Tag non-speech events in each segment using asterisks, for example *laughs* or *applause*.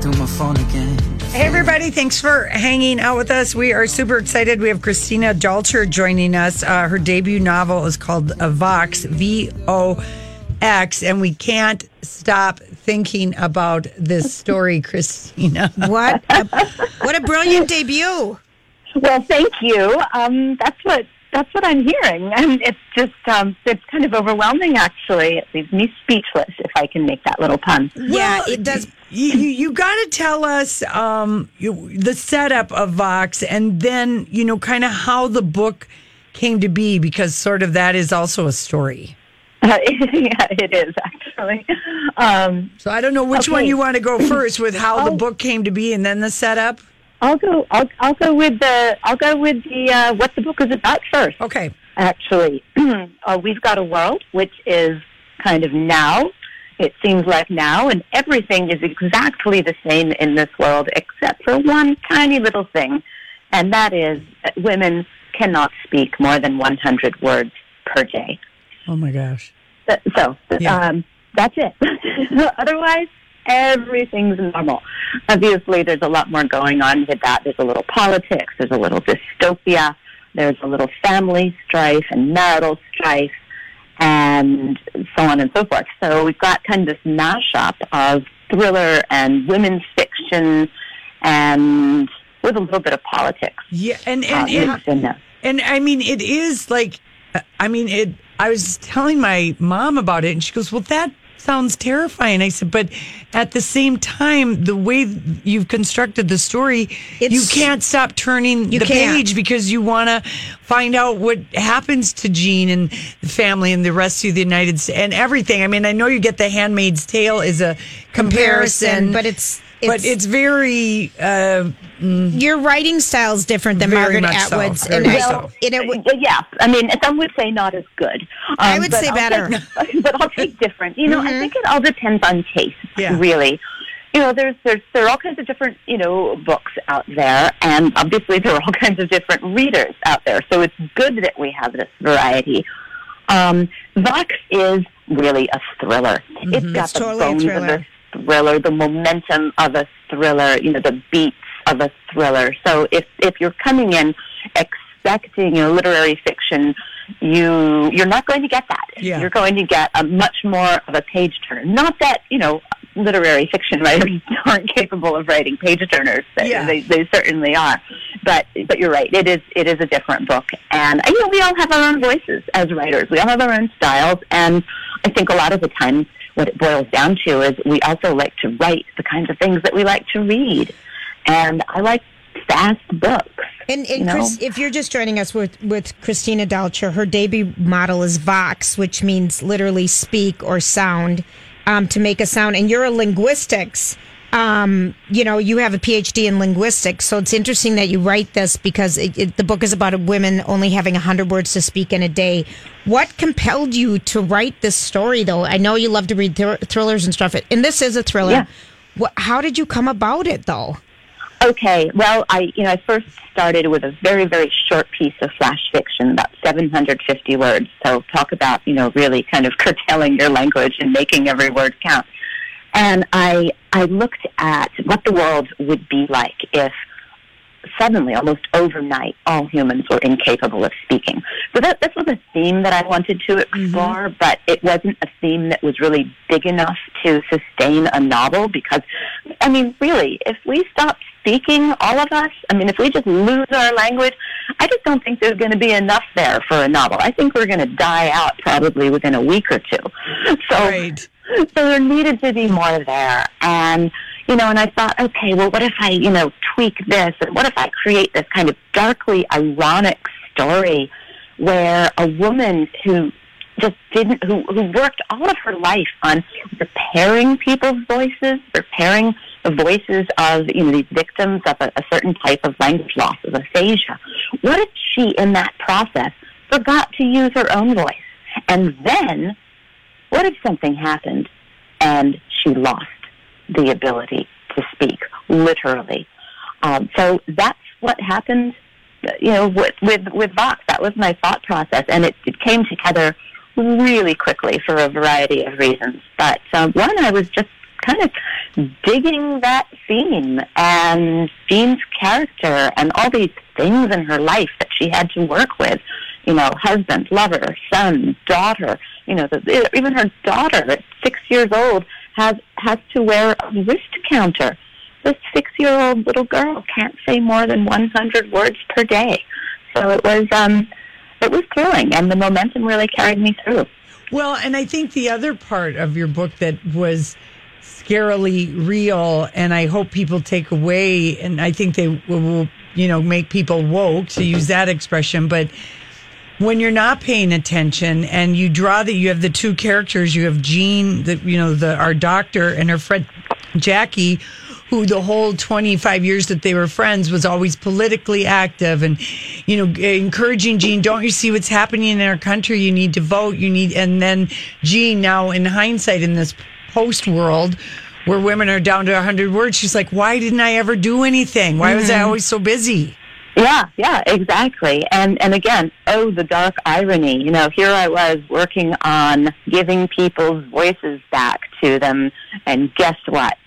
through my phone again. Hey, everybody. Thanks for hanging out with us. We are super excited. We have Christina Dalcher joining us. Uh, her debut novel is called uh, Vox, V O X, and we can't stop thinking about this story, *laughs* Christina. What? A, what a brilliant debut. Well, thank you. Um, that's what that's what I'm hearing, *laughs* and it's just um, it's kind of overwhelming. Actually, it leaves me speechless if I can make that little pun. *laughs* yeah, it does. You, you, you got to tell us um, you, the setup of Vox and then, you know, kind of how the book came to be, because sort of that is also a story. Uh, yeah, it is actually. Um, So I don't know which one Okay. you want to *clears throat* go first with how the Oh. book came to be and then the setup. I'll go. I'll, I'll go with the. I'll go with the uh, what the book is about first. Okay. actually. *clears throat* uh, we've got a world which is kind of now. It seems like now, and everything is exactly the same in this world except for one tiny little thing, and that is that women cannot speak more than 100 words per day. Oh my gosh. Th- So Yeah. um, that's it. *laughs* Otherwise, everything's normal. Obviously, there's a lot more going on with that. There's a little politics. There's a little dystopia. There's a little family strife and marital strife, and so on and so forth. So we've got kind of this mashup of thriller and women's fiction, and with a little bit of politics Yeah, and uh, and and, mixed in there. and I mean it is like I mean it I was telling my mom about it and she goes, "Well, that sounds terrifying." I said, "But at the same time, the way you've constructed the story, you It's- can't stop turning You the can't. page because you want to find out what happens to Jean and the family and the rest of the United States and everything. I mean, I know you get the Handmaid's Tale is a comparison, Comparison, but it's- but it's- it's very uh, Your writing style is different than Very Margaret much so. Atwood's. Very and much I, so. and it would- Uh, yeah, I mean, some would say not as good. Um, I would but say I'll better. Mm-hmm. take- *laughs* but I'll take different. You know, I think it all depends on taste, Yeah. really. You know, there's there's there are all kinds of different you know books out there, and obviously there are all *laughs* kinds of different readers out there. So it's good that we have this variety. Um, Vox is really a thriller. It's got Mm-hmm. It's the totally a bones of thriller. a thriller, the momentum of a thriller, you know, the beats of a thriller. So if if you're coming in expecting you know, literary fiction, you you're not going to get that. Yeah. You're going to get a much more of a page turner. Not that you know literary fiction writers *laughs* aren't capable of writing page turners. They, Yeah. they, they certainly are. But but you're right. It is it is a different book, and you know we all have our own voices as writers. We all have our own styles, and I think a lot of the times what it boils down to is we also like to write the kinds of things that we like to read, and I like fast books. And, You and know? Chris, if you're just joining us with, with Christina Dalcher, her debut model is Vox, which means literally speak or sound um, to make a sound. And you're a linguistics. Um, you know, you have a PhD in linguistics, so it's interesting that you write this because it, it, the book is about a women only having 100 words to speak in a day. What compelled you to write this story, though? I know you love to read thr- thrillers and stuff, and this is a thriller. Yeah. What, how did you come about it, though? Okay, well, I you know I first started with a very very short piece of flash fiction, about 750 words. So talk about you know really kind of *laughs* curtailing your language and making every word count. And I I looked at what the world would be like if suddenly, almost overnight, all humans were incapable of speaking. So that this was a theme that I wanted to explore, but it wasn't a theme that was really big enough to sustain a novel because, I mean, really, if we stop speaking, all of us, I mean, if we just lose our language, I just don't think there's going to be enough there for a novel. I think we're going to die out probably within a week or two. So right. *laughs* so there needed to be more there and you know and i thought okay well what if i you know tweak this and what if i create this kind of darkly ironic story where a woman who just didn't who, who worked all of her life on repairing people's voices repairing voices of you know these victims of a, a certain type of language loss of aphasia. What if she, in that process, forgot to use her own voice, and then what if something happened and she lost the ability to speak, literally? Um, so that's what happened, you know, with, with with Vox. That was my thought process, and it, it came together really quickly for a variety of reasons. But um, one, I was just kind of digging that theme and Jean's character and all these things in her life that she had to work with. You know, husband, lover, son, daughter. You know, the, even her daughter at six years old has has to wear a wrist counter. This six-year-old little girl can't say more than 100 words per day. So it was um, it was thrilling, and the momentum really carried me through. Well, and I think the other part of your book that was scarily real, and I hope people take away, and I think they will, you know, make people woke to use that expression, but. When you're not paying attention and you draw that you have the two characters, you have Jean, the you know, the our doctor and her friend Jackie, who the whole 25 years that they were friends was always politically active and you know encouraging Jean don't you see what's happening in our country you need to vote you need and then Jean now in hindsight in this post world where women are down to 100 words she's like why didn't I ever do anything why was I always so busy Yeah, yeah, exactly. And and again, oh the dark irony. You know, here I was working on giving people's voices back to them and guess what?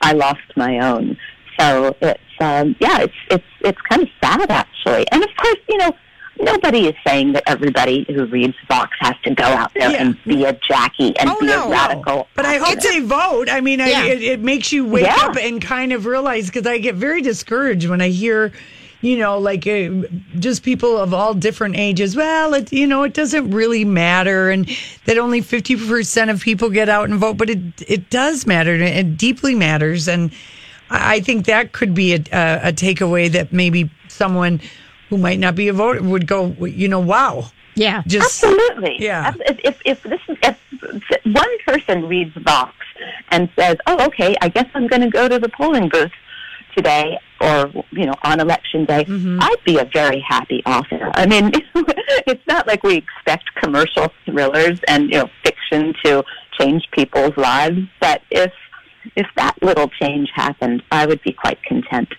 I lost my own. So it's um, yeah, it's it's it's kind of sad actually. And of course, you know, nobody is saying that everybody who reads Vox has to go out there Yeah. and be a Jackie and Oh, be no. a radical. But I hope they vote. I mean, I, Yeah. it, it makes you wake Yeah. up and kind of realize because I get very discouraged when I hear, you know, like uh, just people of all different ages. Well, it you know, it doesn't really matter, and that only fifty percent of people get out and vote. But it it does matter. and It deeply matters, and I I think that could be a, a, a takeaway that maybe someone who might not be a voter would go, you know, wow, Yeah. just Absolutely. Yeah. Ab- If, if, if this is, if one person reads Vox and says, "Oh, okay, I guess I'm going to go to the polling booth today," or you know, on election day, I'd be a very happy author. I mean, *laughs* it's not like we expect commercial thrillers and you know fiction to change people's lives, but if if that little change happened, I would be quite content.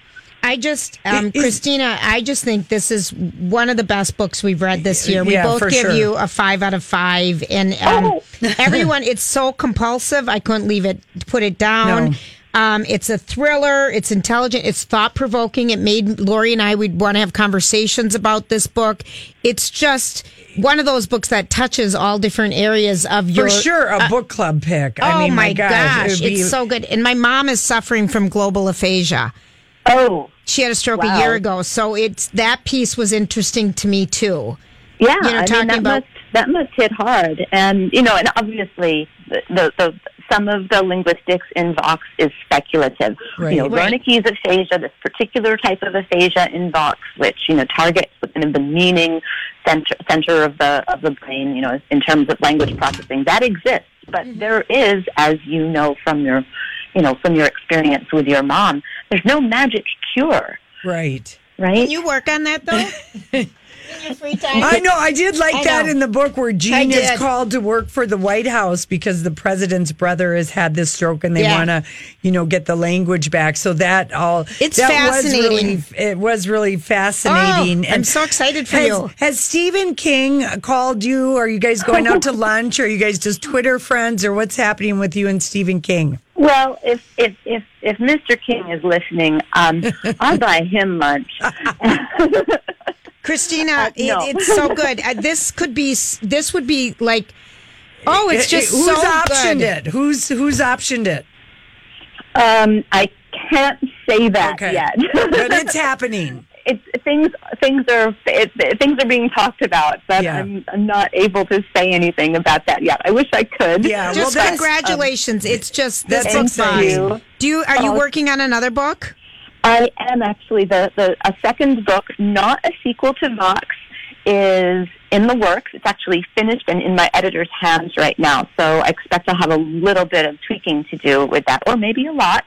I just, um, It is- Christina, I just think this is one of the best books we've read this year. We Yeah, both for give sure. you a five out of five, and um, everyone, it's so compulsive. I couldn't leave it, put it down. No. Um, it's a thriller. It's intelligent. It's thought provoking. It made Lori and I would want to have conversations about this book. It's just one of those books that touches all different areas of your for sure a book club pick. I Uh, oh mean, my, gosh, it gosh, would be- it's so good. And my mom is suffering from global aphasia. Oh, She had a stroke Wow. a year ago, so it's that piece was interesting to me too. Yeah, you know, I talking mean, that about- must, that must hit hard, and you know, and obviously the the, the some of the linguistics in Vox is speculative. Right. You know, Right. Wernicke's aphasia, this particular type of aphasia in Vox, which you know targets kind of the meaning center center of the of the brain. You know, in terms of language processing, that exists, but Mm-hmm. there is, as you know from your, you know, from your experience with your mom, there's no magic cure, right. right? Can you work on that though? *laughs* In your free time? I know. I did like I that know. in the book where I Gene did. is called to work for the White House because the president's brother has had this stroke and they Yeah. want to, you know, get the language back. So that all It's that fascinating. Was really, it was really fascinating. Oh, I'm so excited for has, you. Has Stephen King called you? Are you guys going out *laughs* to lunch? Are you guys just Twitter friends? Or what's happening with you and Stephen King? Well, if if if if Mr. King is listening, *laughs* um, I'll buy him lunch. Christina, it- no. it's so good. Uh, this could be. s- This would be like. Oh, it's Eh, eh, just who's so optioned it? good. Who's who's optioned it? Um, I can't say that Okay, yet. but it's happening. *laughs* it's things things are it, it- things are being talked about, but Yeah. I'm, I'm not able to say anything about that yet. I wish I could. Yeah, well, Just that's- um, congratulations! it's just this that's looks exciting. fine. Do you are you working on another book? I am actually the, the a second book, not a sequel to Vox. is in the works. It's actually finished and in my editor's hands right now. So I expect I'll have a little bit of tweaking to do with that, or maybe a lot,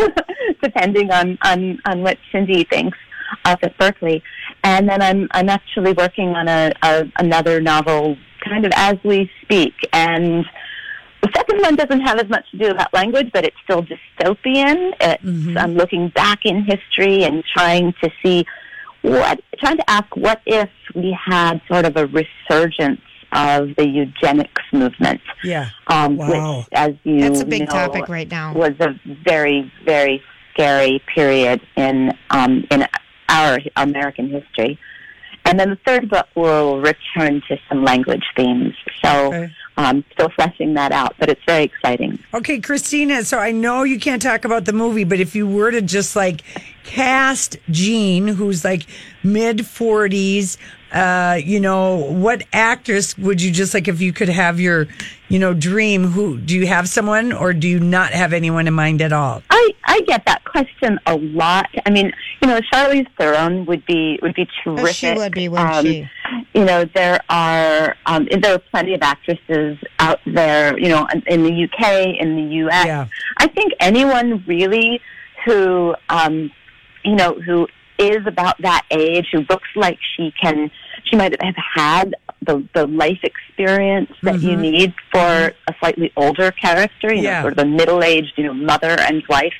*laughs* depending on, on, on what Cindy thinks up at Berkeley. And then I'm, I'm actually working on a, a, another novel kind of as we speak. And the second one doesn't have as much to do about language, but it's still dystopian. It's, Mm-hmm. I'm looking back in history and trying to see what, trying to ask what if we had sort of a resurgence of the eugenics movement, Yeah. um, Wow. which, as you That's a big know, topic right now. was a very, very scary period in um, in our American history. And then the third book will return to some language themes. So Okay. um, still fleshing that out, but it's very exciting. Okay, Christina, so I know you can't talk about the movie, but if you were to just like cast Jean, who's like mid 40s, uh, you know, what actress would you just like if you could have your, you know, dream? Who do you have someone or do you not have anyone in mind at all? I, I get that question a lot. I mean, you know, Charlize Theron would be would be terrific. Oh, Um, would be, wouldn't she? You know, there are um, there are plenty of actresses out there. You know, in, in the UK, in the US. Yeah. I think anyone really who um, you know who is about that age, who looks like she can, she might have had the the life experience that Mm-hmm. you need for a slightly older character. You Yeah. know, sort of a middle aged, you know, mother and wife,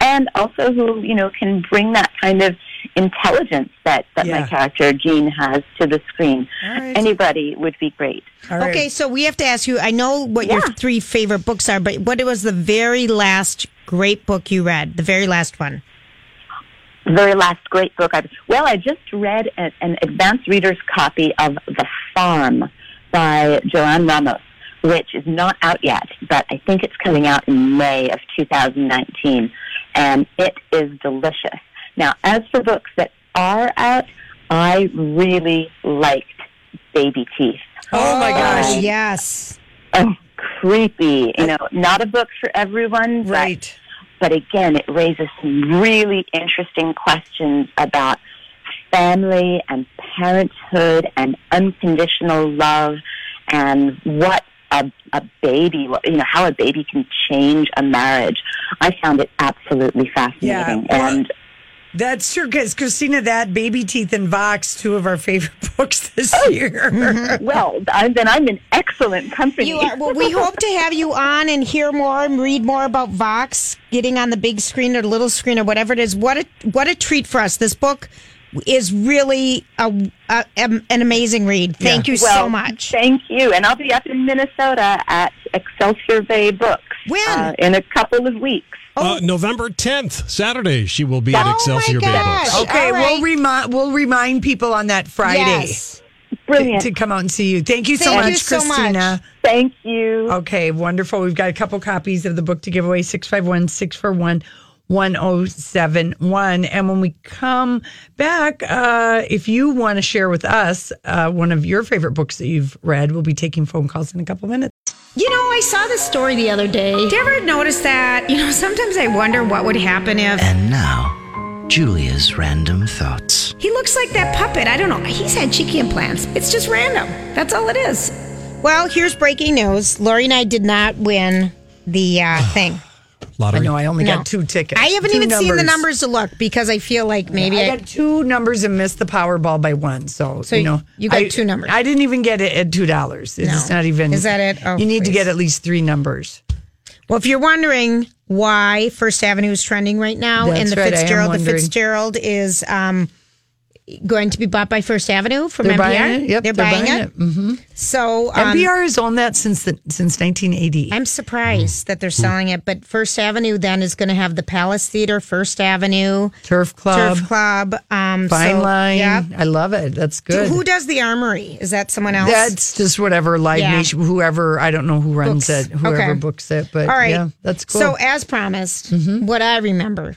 and also who you know can bring that kind of intelligence that that Yeah. my character Jean has to the screen. All right. Anybody would be great. All right. Okay, so we have to ask you. I know what your Yeah. three favorite books are, but what was the very last great book you read? The very last one. the very last great book I've well, I just read a, an advanced reader's copy of The Farm by Joanne Ramos, which is not out yet, but I think it's coming out in May of 2019, and it is delicious. Now, as for books that are out, I really liked Baby Teeth. Oh my gosh. yes. Oh, creepy! You know, not a book for everyone, but Right. but again, it raises some really interesting questions about family and parenthood and unconditional love and what a, a baby, what- you know, how a baby can change a marriage. I found it absolutely fascinating. well- and That's true, because Christina, that Baby Teeth and Vox, two of our favorite *laughs* books this Oh. year. Mm-hmm. well, I, then I'm in excellent company. You *laughs* are, well, we hope to have you on and hear more and read more about Vox getting on the big screen or little screen or whatever it is. What a what a treat for us! This book is really a, a, an amazing read. Thank you well, so much. Thank you. And I'll be up in Minnesota at Excelsior Bay Books When? uh, in a couple of weeks. Oh. Uh, November 10th, Saturday, she will be at Oh, Excelsior my Bay gosh. Books. Okay, All right. we'll remind we'll remind people on that Friday Yes. Brilliant. to come out and see you. Thank you so Thank much, you so much. Christina. Thank you. Okay, wonderful. We've got a couple copies of the book to give away 651 641 1071. And when we come back, uh, if you want to share with us uh, one of your favorite books that you've read, we'll be taking phone calls in a couple minutes. You know, I saw this story the other day. Do you ever notice that? You know, sometimes I wonder what would happen if And now, Julia's random thoughts. He looks like that puppet. I don't know. He's had cheeky implants. It's just random. That's all it is. Well, here's breaking news. Lori and I did not win *sighs* the uh, thing. Lottery. No, I only No. got two tickets. I haven't Two even seen the numbers to look because I feel like maybe I I, got two numbers and missed the Powerball by one. So, So you know, you got I- two numbers. I didn't even get it at two dollars. It's No. not even. Is that it? Oh, you need to please. get at least three numbers. Well, if you're wondering why First Avenue is trending right now That's and the right, I am Fitzgerald, the wondering. Fitzgerald is um, going to be bought by First Avenue from They're NPR. buying it. Mm-hmm. Yep, they're, buying, it. So um, NPR has owned that since the, since 1980. I'm surprised that they're selling it, but First Avenue then is going to have the Palace Theater, First Avenue, Turf Club, Turf Club, um, Fine so, Line. Yep. I love it. That's good. Who does the Armory? Is that someone else? that's just whatever Live Yeah. Nation, whoever I don't know who runs Books. it, whoever Okay. books it. But All right. eh, yeah, that's cool. Mm-hmm. So, as promised, what I remember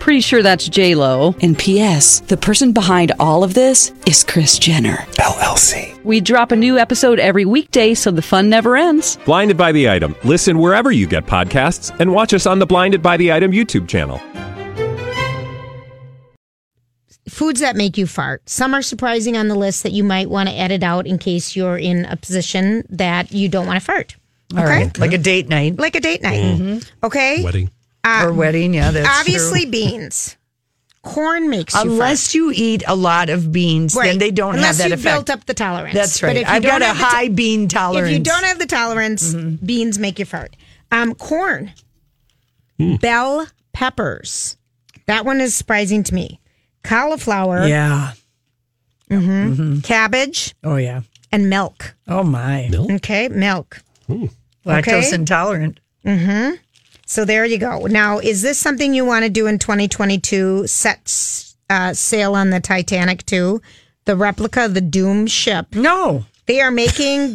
Pretty sure that's J Lo. And P.S. The person behind all of this is Chris Jenner. LLC. We drop a new episode every weekday, so the fun never ends. Blinded by the item. Listen wherever you get podcasts, and watch us on the Blinded by the Item YouTube channel. Foods that make you fart. Some are surprising on the list that you might want to edit out in case you're in a position that you don't want to fart. All right, Like a date night Like a date night. Okay. Uh, Wedding. or wedding. Yeah, that's Obviously, true. beans. Corn makes you fart. Unless you eat a lot of beans, then they don't Unless have that you effect. built up the tolerance. That's But right. if you I've don't got a have the to- high bean tolerance. Mm-hmm. If you don't have the tolerance, beans make you fart. Um, corn, Hmm. bell peppers. That one is surprising to me. Cauliflower, yeah. cabbage, Oh yeah. and milk. Oh my. Okay, milk. Lactose Okay. intolerant. So there you go. Now, is this something you want to do in 2022? Set uh, sail on the Titanic too, the replica of the doomed ship. No. They are making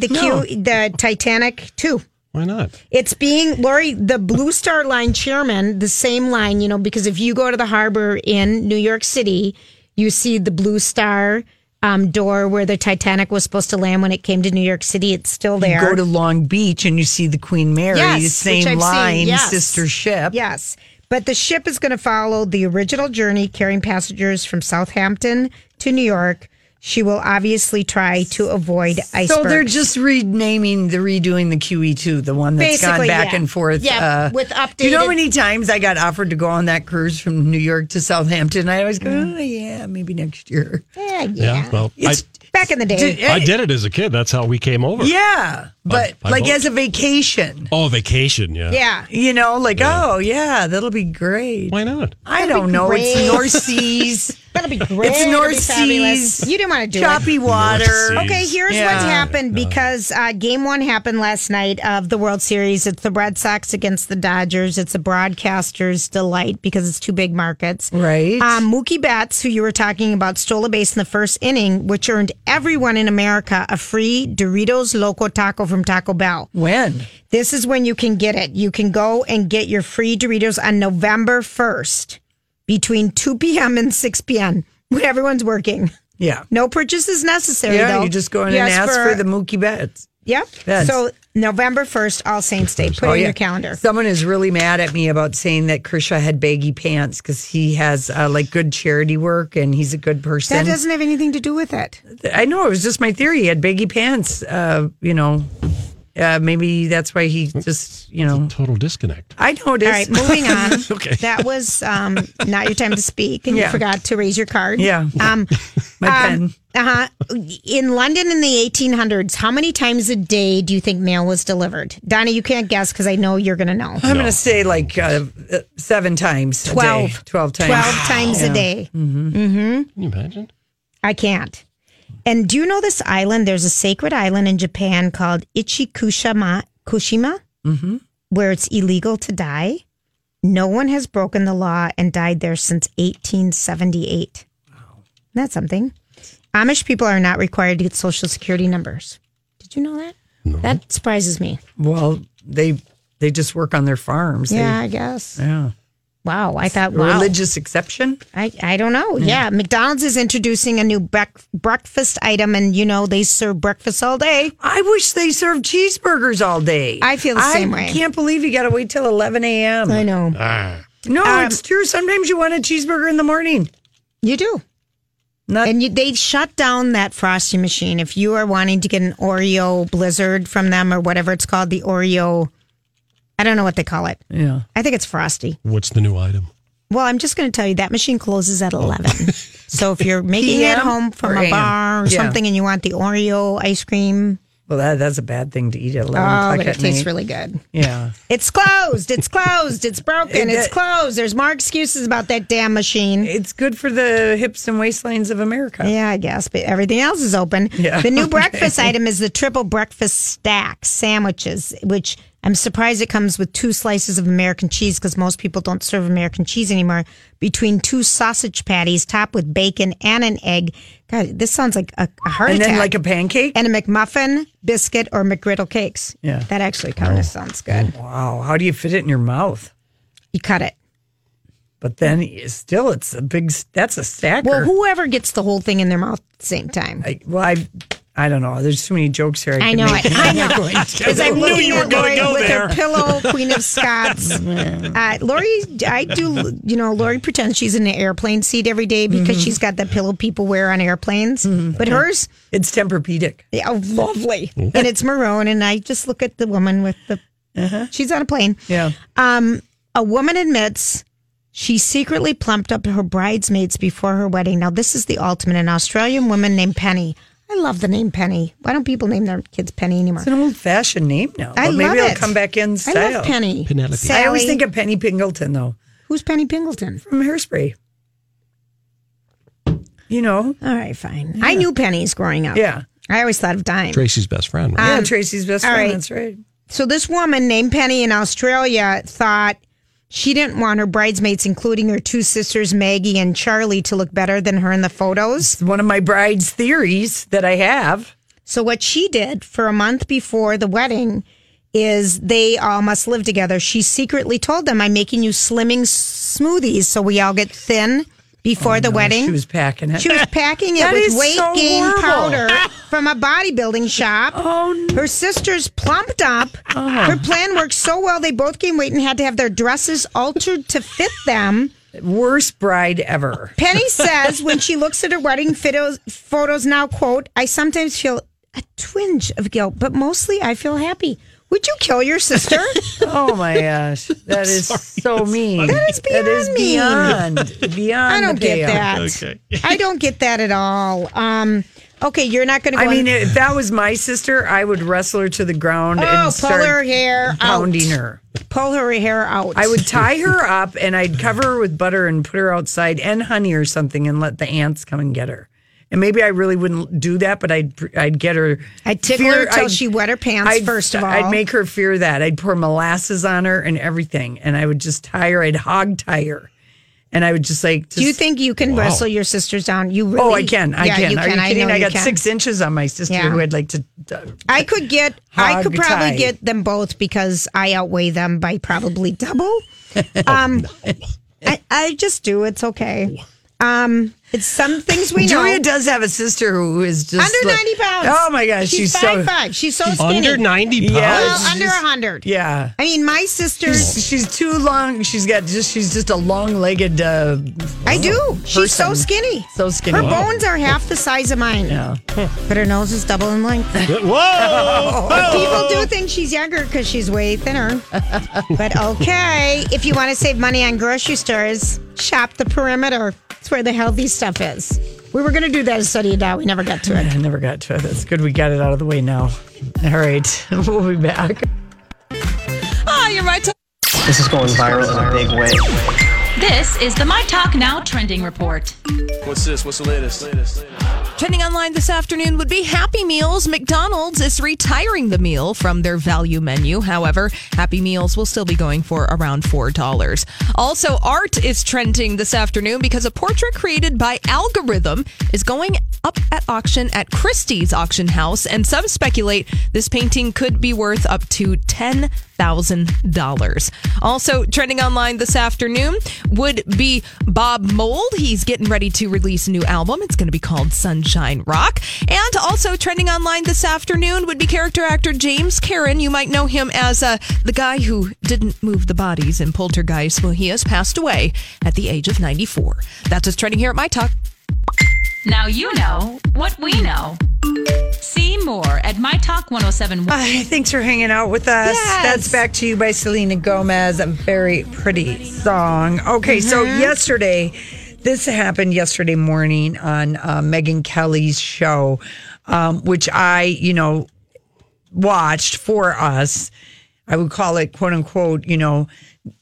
*laughs* the Q, the Titanic too. Why not? It's being Lori, the Blue Star Line chairman, the same line, you know, because if you go to the harbor in New York City, you see the Blue Star um, door where the Titanic was supposed to land when it came to New York City. It's still there. Go to Long Beach and you see the Queen Mary, Yes, the which same I've seen, line, yes. sister ship. yes, but the ship is going to follow the original journey, carrying passengers from Southampton to New York. She will obviously try to avoid icebergs. So they're just renaming the redoing the QE2, the one that's gone Basically, back yeah. and forth. uh, Yeah, with Do you know how updated- many times I got offered to go on that cruise from New York to Southampton? I always go, oh yeah, maybe next year. yeah, yeah. Yeah. Well, I, It's- Back in the day, Did- I did it as a kid. That's how we came over. Yeah, but by like boat. as a vacation, Oh, vacation. Yeah. yeah. you know, like oh yeah, that'll be great. Why not? I don't know. great. It's North Seas, That'll be great. It's It'll North be fabulous. Seas. You didn't want to *laughs* do it. choppy water. North Seas. Okay, here's Yeah. what's happened because uh, game one happened last night of the World Series. It's the Red Sox against the Dodgers. It's a broadcaster's delight because it's two big markets. Right. Um, Mookie Betts, who you were talking about, stole a base in the first inning, which earned everyone in America a free Doritos Loco Taco from Taco Bell. When? This is when you can get it. You can go and get your free Doritos on November 1st between 2 p.m. and 6 p.m. when everyone's working. Yeah. No purchase is necessary. Yeah, though. you just go in Yes, and ask for, the Mookie Betts. Yep. Yes. So November first, All Saints Day. Put it in your calendar. Oh, Someone is really mad at me about saying that Krisha had baggy pants because he has uh, like good charity work and he's a good person. that doesn't have anything to do with it. I know it was just my theory. He had baggy pants. Uh, you know, uh, maybe that's why he just you know. Total disconnect. I know it is. *laughs* All right, moving on. Okay. That was um, not your time to speak, and you Yeah. forgot to raise your card. Yeah. Um, *laughs* my pen. uh huh. In London in the 1800s, how many times a day do you think mail was delivered? Donna, you can't guess because I know you're going to know. I'm going to say like uh, uh, seven times. a day. 12. Twelve times. *sighs* Twelve times Yeah. a day. Can you imagine? I can't. And do you know this island? There's a sacred island in Japan called Ichikushima, Kushima, Mm-hmm. where it's illegal to die. No one has broken the law and died there since 1878. That's something. Amish people are not required to get social security numbers. Did you know that? That surprises me. Well, they they just work on their farms. They- Yeah, I guess. yeah. Wow. I thought, wow. Religious exception. I, I don't know. Yeah. McDonald's is introducing a new brec- breakfast item, and you know, they serve breakfast all day. I wish they served cheeseburgers all day. I feel the same way. I can't believe you got to wait till 11 a.m. I Um, know. No, it's true. Sometimes you want a cheeseburger in the morning. You do. Not And you, they shut down that frosty machine. If you are wanting to get an Oreo blizzard from them or whatever it's called, the Oreo I don't know what they call it. Yeah. I think it's frosty. What's the new item? Well, I'm just going to tell you that machine closes *laughs* at 11. so if you're making it PM home from Oh. or a AM? bar or Yeah. something and you want the Oreo ice cream, Well, that, that's a bad thing to eat at 11 oh, o'clock but it at tastes night. really good. Yeah. It's closed. It's closed. It's broken. It's That- closed. There's more excuses about that damn machine. It's good for the hips and waistlines of America. Yeah, I guess, but everything else is open. Yeah. The *laughs* new Okay. breakfast item is the triple breakfast stack sandwiches, which I'm surprised it comes with two slices of American cheese because most people don't serve American cheese anymore. Between two sausage patties topped with bacon and an egg. God, this sounds like a, a heart And attack. then like a pancake. and a McMuffin, biscuit, or McGriddle cakes. Yeah. That actually kind of sounds Mm. good. Wow. How do you fit it in your mouth? You cut it. But then you- still, it's a big, s- that's a stacker. Well, whoever gets the whole thing in their mouth at the same time. I, well, I, I don't know. There's too many jokes here. I could know make. it. I *laughs* I'm not know. going to. Because I'm looking you were at gonna Lori go with there. her pillow, Queen of Scots. uh, Lori, I do, you know, Lori pretends she's in an airplane seat every day because she's got that pillow people wear on airplanes. But hers, *laughs* It's Tempur-Pedic. yeah, lovely. and it's maroon. And I just look at the woman with the, she's on a plane. Yeah. Um, a woman admits she secretly plumped up her bridesmaids before her wedding. Now, this is the ultimate. An Australian woman named Penny. I love the name Penny. Why don't people name their kids Penny anymore? It's an old-fashioned name now. I but maybe love it'll it. come back in I style. love Penny. Penelope. Sally. I always think of Penny Pingleton though who's Penny Pingleton? from Hairspray. You know, All right, fine. I knew pennies growing up. yeah. I always thought of dime. Tracy's best friend, right? Yeah, Tracy's best Um, all friend. right. That's right. So this woman named Penny in Australia thought she didn't want her bridesmaids, including her two sisters Maggie and Charlie, to look better than her in the photos. It's one of my bride's theories that I have. So what she did for a month before the wedding is they all must live together. She secretly told them, "I'm making you slimming smoothies so we all get thin before the wedding." Oh, She was packing it. Mm. She *laughs* was packing it That with is weight so gain horrible. powder from a bodybuilding shop. *laughs* Oh, no. Uh-huh. Her sisters plumped up. Her plan worked so well, they both gained weight and had to have their dresses altered to fit them. Worst bride ever. *laughs* Penny says when she looks at her wedding photos, photos now, quote, I sometimes feel a twinge of guilt, but mostly I feel happy. Would you kill *laughs* your sister? Oh my gosh, *laughs* that is so mean. That is That is beyond beyond. *laughs* Beyond. I don't the get pale. that. I don't get that at all. Um, okay, you're not going to go. I mean, on- if that was my sister, I would wrestle her to the ground oh, and pull start her hair pounding out. her. Pull her hair out. I would tie her up and I'd cover her with butter and put her outside and honey or something and let the ants come and get her. And maybe I really wouldn't do that, but I'd I'd get her. I'd tickle her till she wet her pants, I'd- first of all. I'd make her fear that. I'd pour molasses on her and everything, and I would just tie her. I'd hog tie her, and I would just like. Just, Do you think you can wrestle your sisters down? You really? Oh, I can. I yeah, can. You Are can. you kidding? I, know I, you got can. six inches on my sister Yeah. who I'd like to. Uh, I could get. I could Hog probably tie. get them both because I outweigh them by *laughs* probably double. Um, I, I just do. It's okay. Um, it's some things we know. Julia does have a sister who is just under like- ninety pounds. Oh my gosh, she's, she's, so five five. She's so skinny. Under 90 pounds? *laughs* Well, Yeah. under hundred. yeah. I mean, my sisters. She's, she's too long. She's got just. She's just a long-legged. Uh, I do. She's so person. skinny. So skinny. Her bones are half the size of mine. Yeah. But her nose is double *laughs* in length. Oh. Whoa! People do think she's younger because she's way *laughs* thinner. but okay, if you want to save money on grocery stores, shop the perimeter. It's where the healthy stuff is. We were going to do that as study now. We never got to it. I never got to it. That's good. We got it out of the way now. All right, *laughs* we'll be back. Ah, you're right. This is going viral in a big way. This is the My Talk Now trending report. What's this? What's the latest? latest, Trending online this afternoon would be Happy Meals. McDonald's is retiring the meal from their value menu. However, Happy Meals will still be going for around $4. Also, art is trending this afternoon because a portrait created by Algorithm is going up at auction at Christie's auction house, and some speculate this painting could be worth up to $10,000. Also, trending online this afternoon would be Bob Mold. He's getting ready to release a new album. It's going to be called Sunshine Rock. And also trending online this afternoon would be character actor James Karen. You might know him as uh, the guy who didn't move the bodies in Poltergeist. Well, he has passed away at the age of 94. That's what's trending here at My Talk. Now you know what we know. See more at My Talk 107. Bye. Thanks for hanging out with us. That's Back to You by Selena Gomez. A very pretty song. Okay, so Mhm. yesterday, this happened yesterday morning on uh, Megan Kelly's show, um, which I, you know, watched for us. I would call it quote unquote, you know,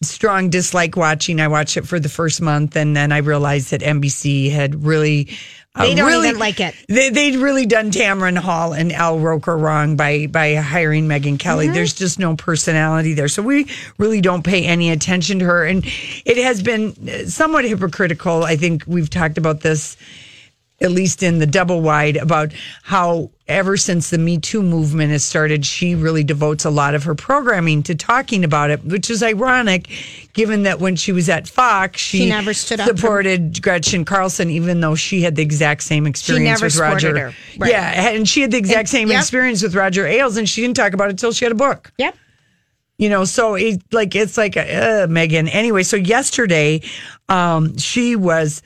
strong dislike watching. I watched it for the first month and then I realized that NBC had really. uh, They don't really, even like it. They, they'd really done Tamron Hall and Al Roker wrong by by hiring Megan Kelly. Mm-hmm. There's just no personality there, so we really don't pay any attention to her. And it has been uh, somewhat hypocritical. I think we've talked about this at least in the double wide, about how ever since the Me Too movement has started, she really devotes a lot of her programming to talking about it, which is ironic given that when she was at Fox, she, She never stood up for- supported Gretchen Carlson, even though she had the exact same experience never with supported Roger. her. Right. Yeah, and she had the exact same experience with Roger Ailes, and she didn't talk about it till she had a book. Yep. You know, so it like it's like uh, Megan. Anyway, so yesterday, um, she was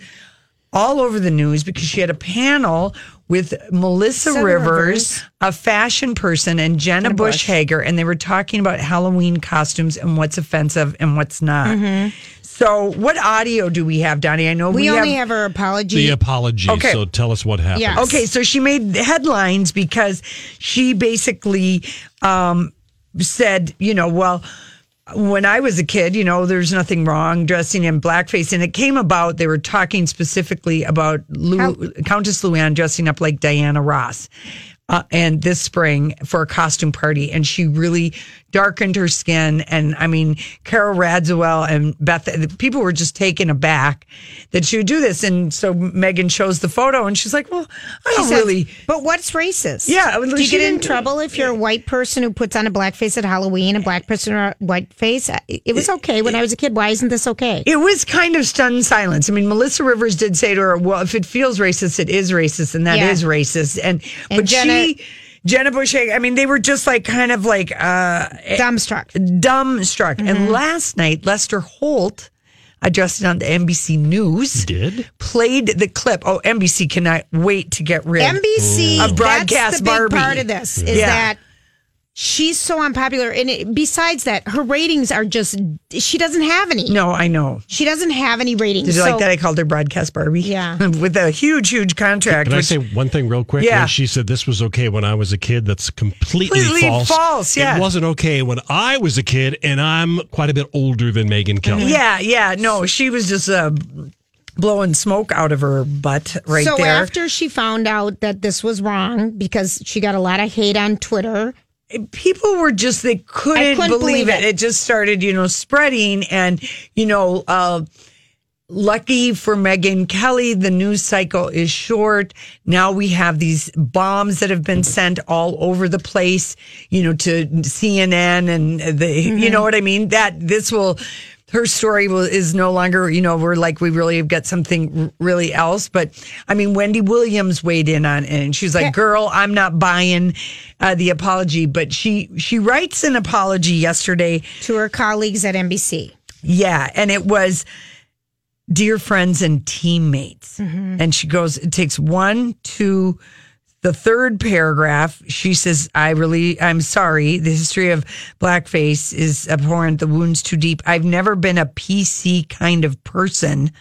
all over the news because she had a panel with Melissa Melissa Rivers, Rivers. a fashion person, and Jenna, Jenna Bush, Bush. Hager, and they were talking about Halloween costumes and what's offensive and what's not. Mhm. So, what audio do we have, Donnie? I know We, we, only have, her apology. The apology. Okay. So tell us what happened. yeah. Okay, so she made headlines because she basically um, said, you know, well, when I was a kid, you know, there's nothing wrong dressing in blackface. And it came about, they were talking specifically about Lu- Countess Luann dressing up like Diana Ross. Uh, and this spring for a costume party, and she really darkened her skin. And I mean, Carol Radziwell and Beth, the people were just taken aback that she would do this. And so Megan shows the photo, and she's like, "Well, I She don't says, really." But what's racist? Yeah, I mean, Do you she get in didn't- trouble if you're a white person who puts on a black face at Halloween, a black person or a white face? I- It was okay when I was a kid. Why isn't this okay? It was kind of stunned silence. I mean, Melissa Rivers did say to her, "Well, if it feels racist, it is racist, and that Yeah. is racist." And, And but Jenna- she, Jenna Bush, I mean, they were just like kind of like uh, dumbstruck, dumbstruck. Mm-hmm. And last night, Lester Holt. Addressed it on the NBC News. Did played the clip. Oh, NBC cannot wait to get rid NBC, of broadcast that's the big Barbie. part of this is Yeah. that she's so unpopular. And it, besides that, her ratings are just, she doesn't have any. No, I know. She doesn't have any ratings. Did you So- like that? I called her broadcast Barbie. Yeah. *laughs* with a huge, huge contract. Can I which- say one thing real quick? Yeah. When she said this was okay when I was a kid, that's completely, Completely false. false, yeah. It wasn't okay when I was a kid, and I'm quite a bit older than Megan Kelly. Yeah, yeah. No, she was just uh, blowing smoke out of her butt right so there. after she found out that this was wrong because she got a lot of hate on Twitter, people were just they couldn't, couldn't believe, believe it. it. just started, you know, spreading and you know, uh Lucky for Megan Kelly, the news cycle is short. Now we have these bombs that have been sent all over the place, you know, to CNN and the, you know what I mean? That this will, her story will, is no longer, you know, we're like, we really have got something r- really else. But I mean, Wendy Williams weighed in on it and she's like, girl, I'm not buying uh, the apology. But she, she writes an apology yesterday to her colleagues at NBC. Yeah. And it was, dear friends and teammates. Mhm. And she goes, it takes one to the third paragraph. She says, I really, I'm sorry. The history of blackface is abhorrent. The wound's too deep. I've never been a PC kind of person.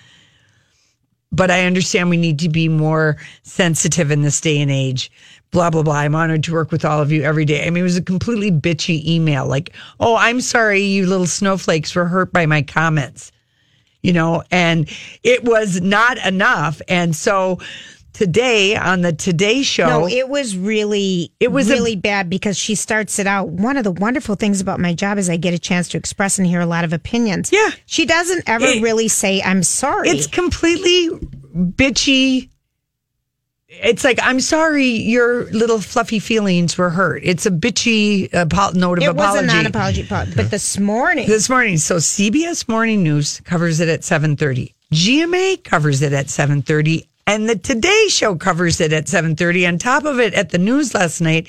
But I understand we need to be more sensitive in this day and age. Blah, blah, blah. I'm honored to work with all of you every day. I mean, it was a completely bitchy email like, oh, I'm sorry you little snowflakes were hurt by my comments you know, and it was not enough. And so today on the Today Show, No, it was really it was was a- really bad because she starts it out. One of the wonderful things about my job is I get a chance to express and hear a lot of opinions. Yeah. She doesn't ever It- really say I'm sorry. it's completely bitchy. It's like I'm sorry your little fluffy feelings were hurt. It's a bitchy apo- note of it was a apology. non-apology, po- but this morning This morning, so CBS Morning News covers it at 7:30. GMA covers it at 7:30 and the Today show covers it at 7:30 on top of it at the news last night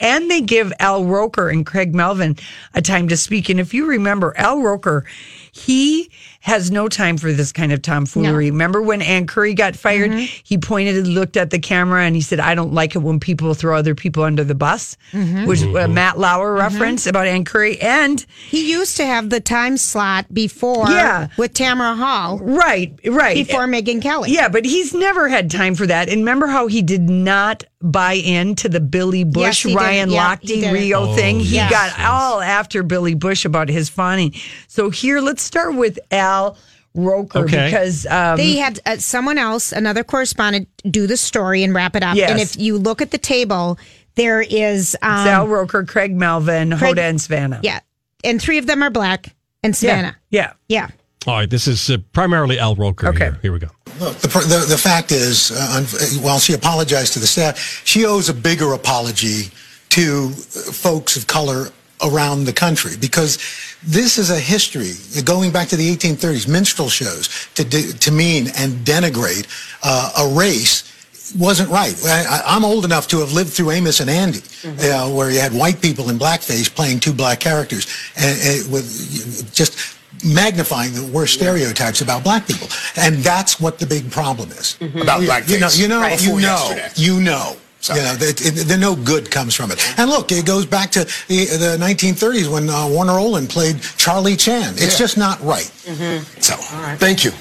and they give Al Roker and Craig Melvin a time to speak and if you remember Al Roker he has no time for this kind of tomfoolery. Remember when Ann Curry got fired? He pointed and looked at the camera and he said, I don't like it when people throw other people under the bus, Mhm. which uh, Matt Lauer reference about Ann Curry. And he used to have the time slot before Yeah. with Tamara Hall. Right, right. Before Megan Kelly. Yeah, but he's never had time for that. And remember how he did not buy into the Billy Bush, he did. Ryan Yeah, he Lochte didn't. Rio Oh, thing? He yes. got all after Billy Bush about his fawning. So here, let's start with Al Roker Okay. because um, they had uh, someone else, another correspondent, do the story and wrap it up. Yes. And if you look at the table, there is um, it's Al Roker, Craig Melvin, Craig- Hoda, and Savannah. Yeah, and three of them are black and Savannah. Yeah, yeah. All right, this is uh, primarily Al Roker. Okay. Here. Here we go. Look, the, pr- the, the fact is, uh, un- while she apologized to the staff, she owes a bigger apology to uh, folks of color around the country because this is a history going back to the 1830s, minstrel shows to, de- to mean and denigrate uh, a race wasn't right. I, I, I'm old enough to have lived through Amos and Andy, uh, where you had white people in blackface playing two black characters, and, and with just magnifying the worst stereotypes about black people, and that's what the big problem is About You- You know, blackface. you know, Mm-hmm. Right. you Before know, yesterday. you know. You know, that, it, the no good comes from it. And look, it goes back to the, the 1930s when uh, Warner Olin played Charlie Chan. It's Yeah. just not right. So, thank you.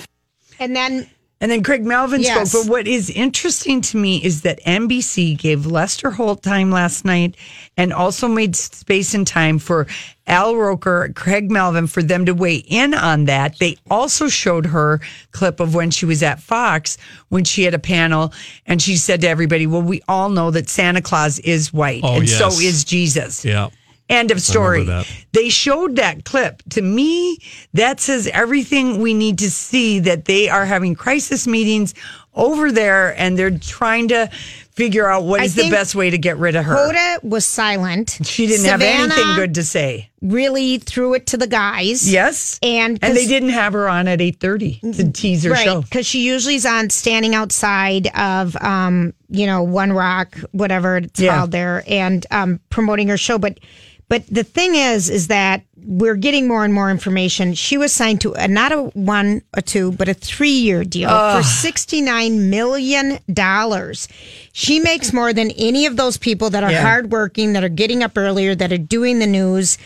And then and then Craig Melvin Yes. spoke. But what is interesting to me is that NBC gave Lester Holt time last night and also made space and time for Al Roker, Craig Melvin for them to weigh in on that. They also showed her clip of when she was at Fox when she had a panel and she said to everybody, Well, we all know that Santa Claus is white Oh, and so yes. is Jesus. Yeah. End of story. that. They showed that clip. To me, that says everything we need to see that they are having crisis meetings over there and they're trying to figure out what I is the think best way to get rid of her. Hoda was silent. she didn't have anything Savannah good to say. Really threw it to the guys. Yes. and And they 'cause- didn't have her on at 8:30 to tease her show. because she usually is on standing outside of um you know one rock whatever it's Yeah. called there and um promoting her show but but the thing is is that we're getting more and more information she was signed to a, not a one a two but a three year deal Ugh. for 69 million dollars she makes more than any of those people that are Yeah. hardworking that are getting up earlier that are doing the news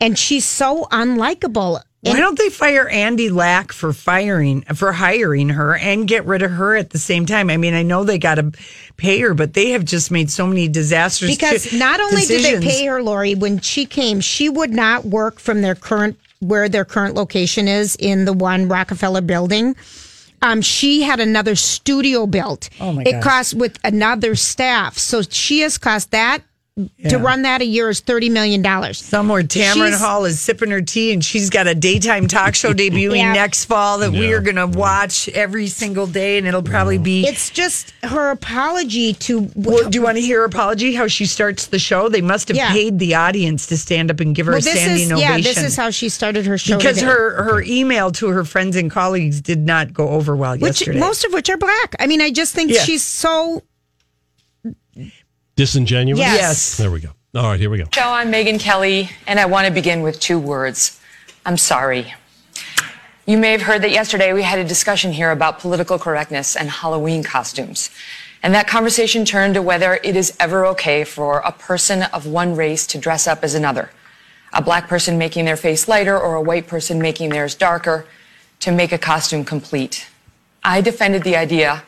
and she's so unlikable Why And- don't they fire Andy Lack for firing for hiring her and get rid of her at the same time? I mean, I know they got to pay her, but they have just made so many disasters. because not only did they pay her lori when she came she would not work from their current where their current location is in the one rockefeller building um, she had another studio built oh my it gosh. cost with another staff so she has cost that to run that a year is $30 million *laughs* somewhere Tamron Hall is sipping her tea, and she's got a daytime talk *laughs* show debuting Yeah. next fall that we Yeah. are going to watch every single day, and it'll probably be. it's just her apology to Well, do you want to hear her apology? How she starts the show? They must have Yeah. paid the audience to stand up and give her well, a this standing is ovation. yeah this is how she started her show because today. her her email to her friends and colleagues did not go over well which yesterday. most of which are black i mean i just think Yeah. she's so Disingenuous? Yes. Yes. There we go. All right, here we go. Joe, I'm Megan Kelly, and I want to begin with two words. I'm sorry. You may have heard that yesterday we had a discussion here about political correctness and Halloween costumes. And that conversation turned to whether it is ever okay for a person of one race to dress up as another. A black person making their face lighter or a white person making theirs darker to make a costume complete. I defended the idea,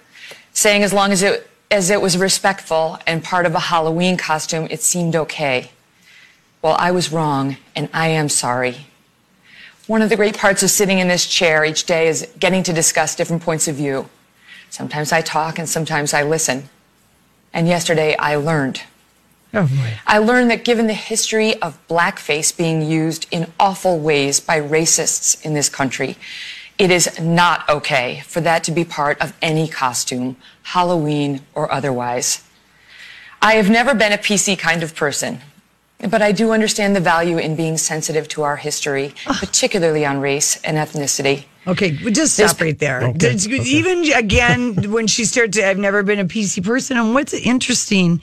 saying as long as it, as it was respectful and part of a Halloween costume, it seemed okay. Well, I was wrong, and I am sorry. One of the great parts of sitting in this chair each day is getting to discuss different points of view. Sometimes I talk and sometimes I listen. And yesterday I learned. Oh, boy. I learned that given the history of blackface being used in awful ways by racists in this country, it is not okay for that to be part of any costume, Halloween or otherwise. I have never been a PC kind of person, but I do understand the value in being sensitive to our history, particularly on race and ethnicity. Okay, well, just stop right there. Did you- Even again, *laughs* when she started, to, I've never been a PC person. And what's interesting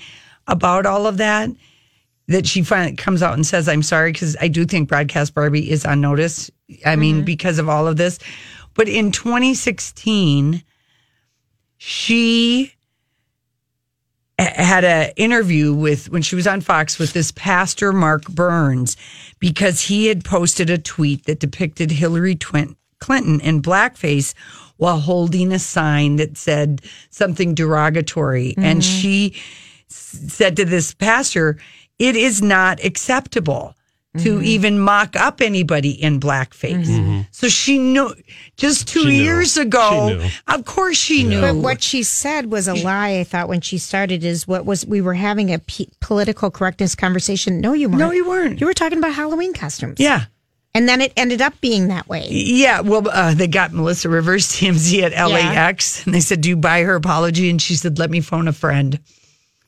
about all of that, that she finally comes out and Mm-hmm. says, I'm sorry, because I do think Broadcast Barbie is on notice. I mean, because of all of this. But in 2016, she a- had an interview with when she was on Fox with this pastor Mark Burns because he had posted a tweet that depicted Hillary Twin, Clinton in blackface while holding a sign that said something derogatory and Mhm. she s- said to this pastor it is not acceptable Mm-hmm. to even mock up anybody in blackface Mhm. so she knew just two She knew. years She ago knew. of course she knew But what she said was a lie. I thought when she started is what was we were having a p- political correctness conversation. No, you weren't. No, you weren't. You were talking about Halloween costumes. Yeah. and then it ended up being that way. Yeah, well, uh, they got Melissa Rivers TMZ at LAX, and they said, "Do you buy her apology?" And she said, "Let me phone a friend."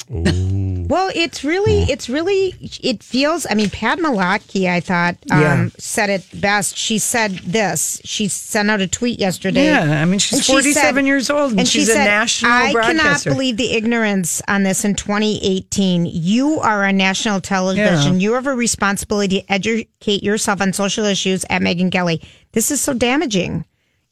Well, it's really, it's really, it feels. I mean, Pat Malachi, I thought, um, Yeah. said it best. She said this. She sent out a tweet yesterday. Yeah, I mean, she's And she 47 years old, and she's a national I cannot broadcaster." believe the ignorance on this in 2018. You are on national television. Yeah. You have a responsibility to educate yourself on social issues at Megan Kelly. This is so damaging.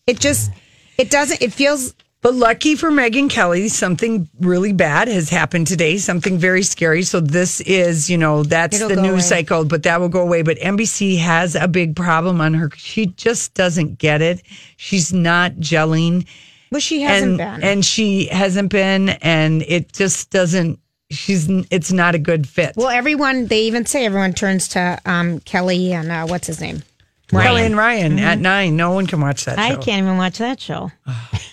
It just, it doesn't, it feels But lucky for Megan Kelly, something really bad has happened today, something very scary. So this is, you know, that's It'll the go news away. cycle, but that will go away. But NBC has a big problem on her. She just doesn't get it. She's not gelling. Well, she hasn't and, been. and she hasn't been, and it just doesn't. She's. n- It's not a good fit. Well, everyone, they even say everyone turns to um, Kelly and uh, what's his name? Kelly and Ryan Mhm. at nine. No one can watch that. I show. can't even watch that show.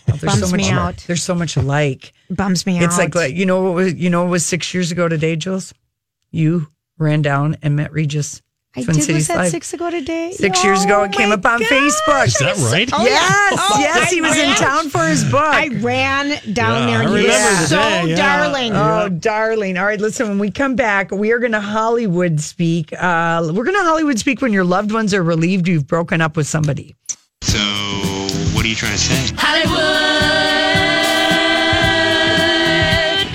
There's Bums so much me out. There's so much alike. Bums me It's like, out. like you know what was you know what was six years ago today, Jules? You ran down and met Regis. I Twin did. Cities Was that Live. six ago today? Six years ago, it came up on Facebook. Is that right? Oh, yeah. yes, Oh, yes, I he was in ran- town for his book. I ran down there. And he Yeah. was so darling. Oh, darling. All right, listen, when we come back, we are going to Hollywood speak. Uh, we're going to Hollywood speak when your loved ones are relieved you've broken up with somebody. So, what are you trying to say? Hollywood.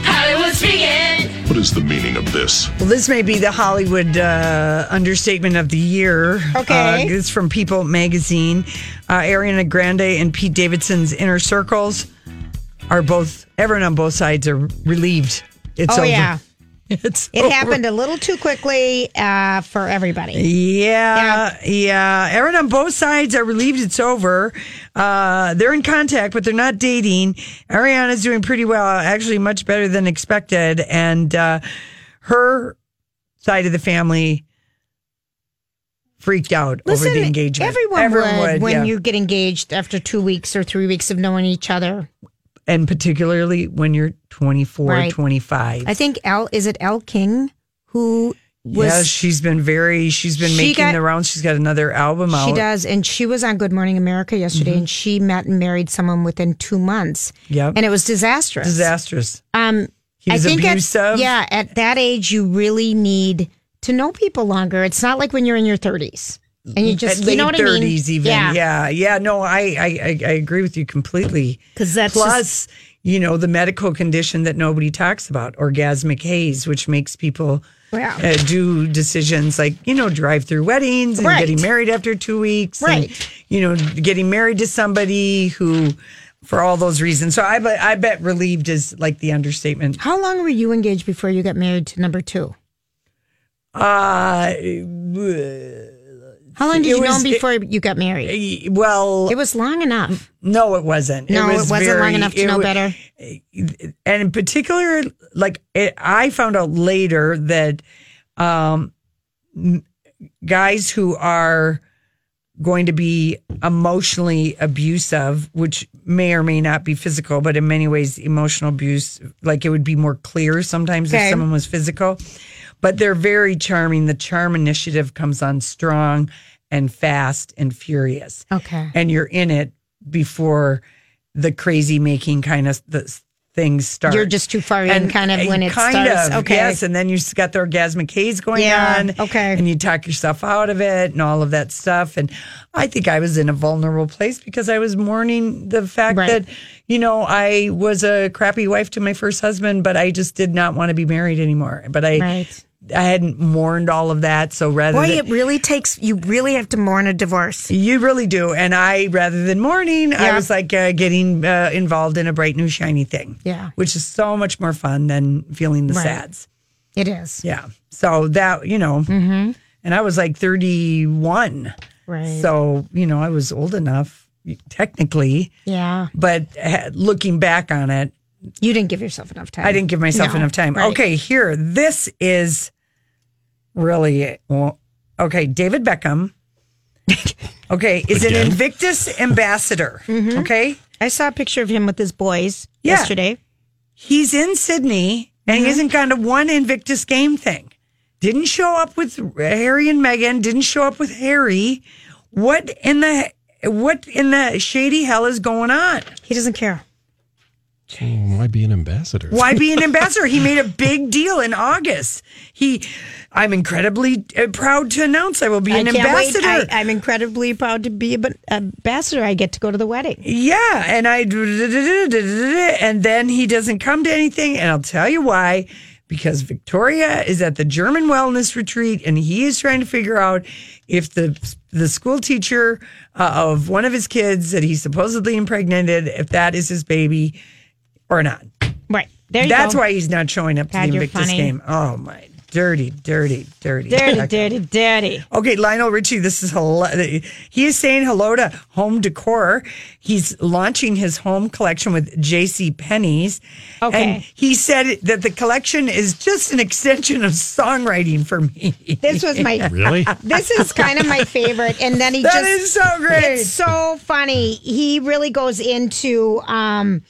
Hollywood speaking. What is the meaning of this? Well, this may be the Hollywood uh, understatement of the year. Okay. Uh, it's from People magazine. Uh, Ariana Grande and Pete Davidson's Inner Circles are both, everyone on both sides are relieved. It's oh over. yeah. *laughs* It's It over. happened a little too quickly uh, for everybody. Yeah, yeah. Aaron on both sides are relieved it's over. Uh, they're in contact, but they're not dating. Ariana's doing pretty well, actually, much better than expected. And uh, her side of the family freaked out over the engagement. Everyone, would, when yeah. you get engaged after two weeks or three weeks of knowing each other. and particularly when you're 24, Right. 25. I think L is it L King who was yeah, she's been very, she's been She making got- the rounds. She's got another album out. Mm-hmm. She does, and she was on Good Morning America yesterday, and she met and married someone within two months. Yep. and it was disastrous. Disastrous. Um, He was I think At, abusive. yeah, at that age, you really need to know people longer. It's not like when you're in your thirties and you just At late you know what 30s I mean. even yeah. yeah no I, I I I agree with you completely 'Cause that's plus just- you know the medical condition that nobody talks about orgasmic haze which makes people Yeah. uh, do decisions like you know drive through weddings and Right. getting married after two weeks and, Right. you know getting married to somebody who for all those reasons so I bet I bet relieved is like the understatement How long were you engaged before you got married to number two? uh How long did It you know was- him before you got married? well It was long enough. no it wasn't No, it, was not long very- enough to it know wa- better. and in particular, like it, I found out later that um, m- guys who are going to be emotionally abusive, which may or may not be physical, but in many ways, emotional abuse, like it would be more clear sometimes Okay. if someone was physical. But they're very charming. The charm initiative comes on strong and fast and furious Okay. and you're in it before the crazy making kind of the s- things start. You're just too far in kind of when it kind starts. Of, Okay. Yes, and then you s- got the orgasmic haze going Yeah, on. Okay. And you talk yourself out of it and all of that stuff. And I think I was in a vulnerable place because I was mourning the fact Right. that, you know, I was a crappy wife to my first husband, but I just did not want to be married anymore. But I Right. I hadn't mourned all of that. So rather Boy, than, it really takes, you really have to mourn a divorce. You really do. And I, rather than mourning, I Yeah. was like uh, getting uh, involved in a bright new shiny thing. Yeah. Which is so much more fun than feeling the Right. sads. It is. Yeah. So that, you know, and I was like 31. Mm-hmm. Right. So, you know, I was old enough technically, Yeah. but ha- looking back on it, You didn't give yourself enough time. I didn't give myself No. enough time. Right. Okay, here. This is really well, okay. David *laughs* Beckham. Okay, is Again? an Invictus *laughs* ambassador. Mhm. Okay, I saw a picture of him with his boys Yeah. yesterday. he's in Sydney and he Mhm. hasn't gone to one Invictus game thing. Didn't show up with Harry and Meghan. Didn't show up with Harry. What in the what in the shady hell is going on? He doesn't care. Oh, why be an ambassador? Why be an ambassador? He made a big deal in August. He, I'm incredibly uh, proud to announce I will be I an can't wait. ambassador. I, am incredibly proud to be an ambassador. I get to go to the wedding. yeah, and I, and then he doesn't come to anything, and I'll tell you why. Because Victoria is at the German wellness retreat, and he is trying to figure out if the the school teacher uh, of one of his kids that he supposedly impregnated, if that is his baby or not. Right. There you That's go. why he's not showing up God, to the you're Invictus funny. game. Oh my, dirty, dirty, dirty, Dirty, Beckham. dirty, dirty. Okay, Lionel Richie, this is hilarious. He is saying hello to home decor. He's launching his home collection with J.C. Penney's. Okay. and he said that the collection is just an extension of songwriting for me. This was my *laughs* This is kind of my favorite, and *laughs* then *laughs* he That just is so great. It's so funny. He really goes into um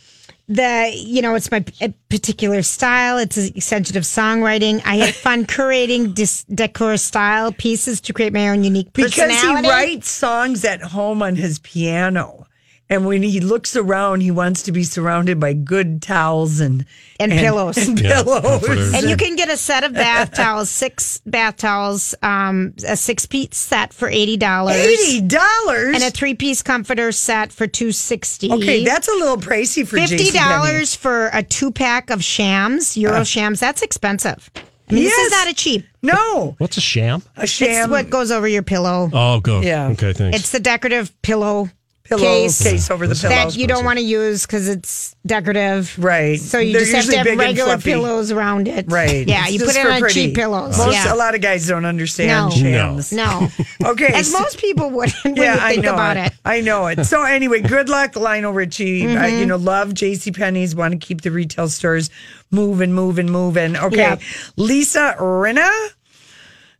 the you know it's my p- particular style. It's a sensitive songwriting. I had *laughs* fun curating dis- decor style pieces to create my own unique because he personality. writes songs at home on his piano. And when he looks around, he wants to be surrounded by good towels and and, pillows and pillows. And you can get a set *laughs* of bath towels, six bath towels, um, a six piece set for eighty dollars. Eighty dollars and a three piece comforter set for two sixty. Okay, that's a little pricey for fifty JCPenney. dollars for a two pack of shams, Euro Uh. shams. That's expensive. I mean, this Yes. is not a cheap. No, What's a sham? a sham. It's what goes over your pillow. Oh, go. Yeah. Okay, thanks. It's the decorative pillow. Pillow case over the pillow. that you don't want to use because it's decorative, Right. So you They're just have to usually have big and regular fluffy. pillows around it, Right. Yeah, It's you just put it for on pretty. cheap pillows. Most yeah. a lot of guys don't understand No. shams. *laughs* No. Okay. As so- most people wouldn't *laughs* when you think I know about it. I know it. So anyway, good luck, Lionel Richie. I, Mhm. you know, love JC Penney's. Want to keep the retail stores moving, moving, moving. Okay, Yeah. Lisa Rinna.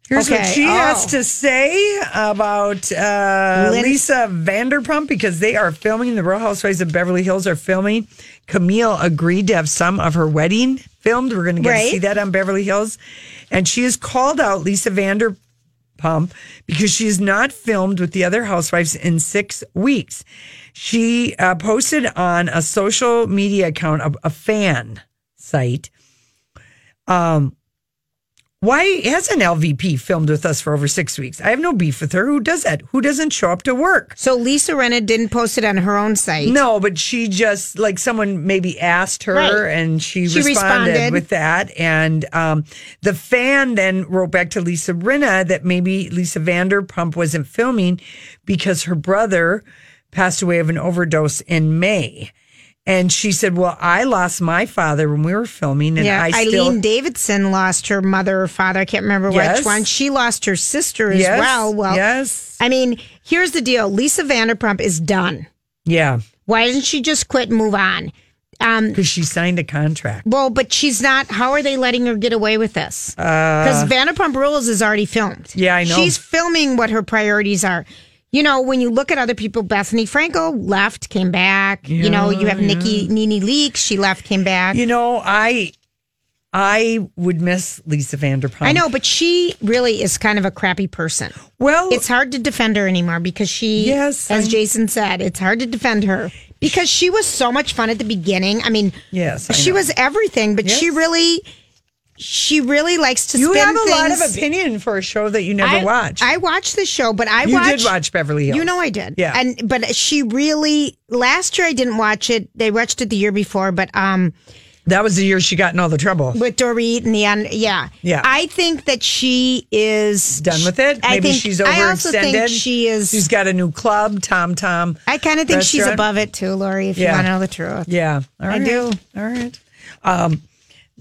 Here's what Okay. she Oh. has to say about uh, Lin- Lisa Vanderpump because they are filming the Real Housewives of Beverly Hills are filming. Camille agreed to have some of her wedding filmed. We're going to get to Right. see that on Beverly Hills, and she has called out Lisa Vanderpump pump because she has not filmed with the other housewives in six weeks. She uh, posted on a social media account, a, a fan site. Um, why hasn't LVP filmed with us for over six weeks? I have no beef with her. Who does that? Who doesn't show up to work? So Lisa Renna didn't post it on her own site. No, but she just like someone maybe asked her Right. and she, She responded, responded. with that. And um, the fan then wrote back to Lisa Rinna that maybe Lisa Vanderpump wasn't filming because her brother passed away of an overdose in May. And she said, Well, I lost my father when we were filming and yeah, I Eileen still Davidson lost her mother or father. I can't remember Yes. which one. She lost her sister as Yes, well. Well, yes. I mean, here's the deal: Lisa Vanderpump is done. Yeah. Why doesn't she just quit and move on? Um, Because she signed a contract. well, but she's not. How are they letting her get away with this? Because Vanderpump Rules is already filmed. Uh, Yeah, I know. She's filming what her priorities are. You know, when you look at other people, Bethany Franco left, came back. you know, you have Nikki Nene Leakes. She left, came back. You know, I I would miss Lisa Vanderpump. I know, but she really is kind of a crappy person. Well, it's hard to defend her anymore because she, Yes, as I- Jason said, it's hard to defend her because she was so much fun at the beginning. I mean, Yes. I she know. was everything, but she really, she really likes to. You spin have a lot of things- opinion for a show that you never I, watch. I watched the show, but I you watched, did watch Beverly Hills. You know I did. Yeah. And but she really last year I didn't watch it. They watched it the year before, but um That was the year she got in all the trouble. with Dorit and the end. Yeah, Yeah. I think that she is Done with it. I Maybe think- she's I also overextended. think she is. She's got a new club, Tom Tom. I kind of think she's Restaurant. above it too, Lori. If Yeah. you want to know the truth, Yeah, All I right. do. All right. Um,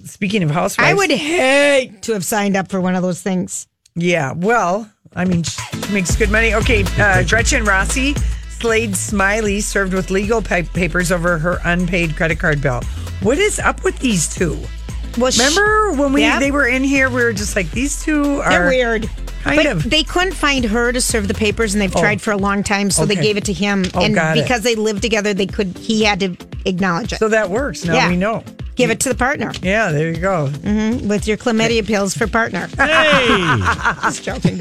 speaking of housewives, I would hate to have signed up for one of those things. Yeah, well, I mean, she makes good money. Okay, uh, Gretchen Rossi, Slade Smiley served with legal pa- papers over her unpaid credit card bill. What is up with these two? Well, sh- Remember when we Yeah. they were in here, we were just like these two are They're weird. Kind but of. They couldn't find her to serve the papers, and they've Oh. tried for a long time, so they Okay. gave it to him. Oh, and got it. because they lived together, they could. He had to acknowledge it. So that works. Now Yeah. we know. Give it to the partner. Yeah, there you go. hmm With your chlamydia pills for partner. *laughs* Hey! Just joking.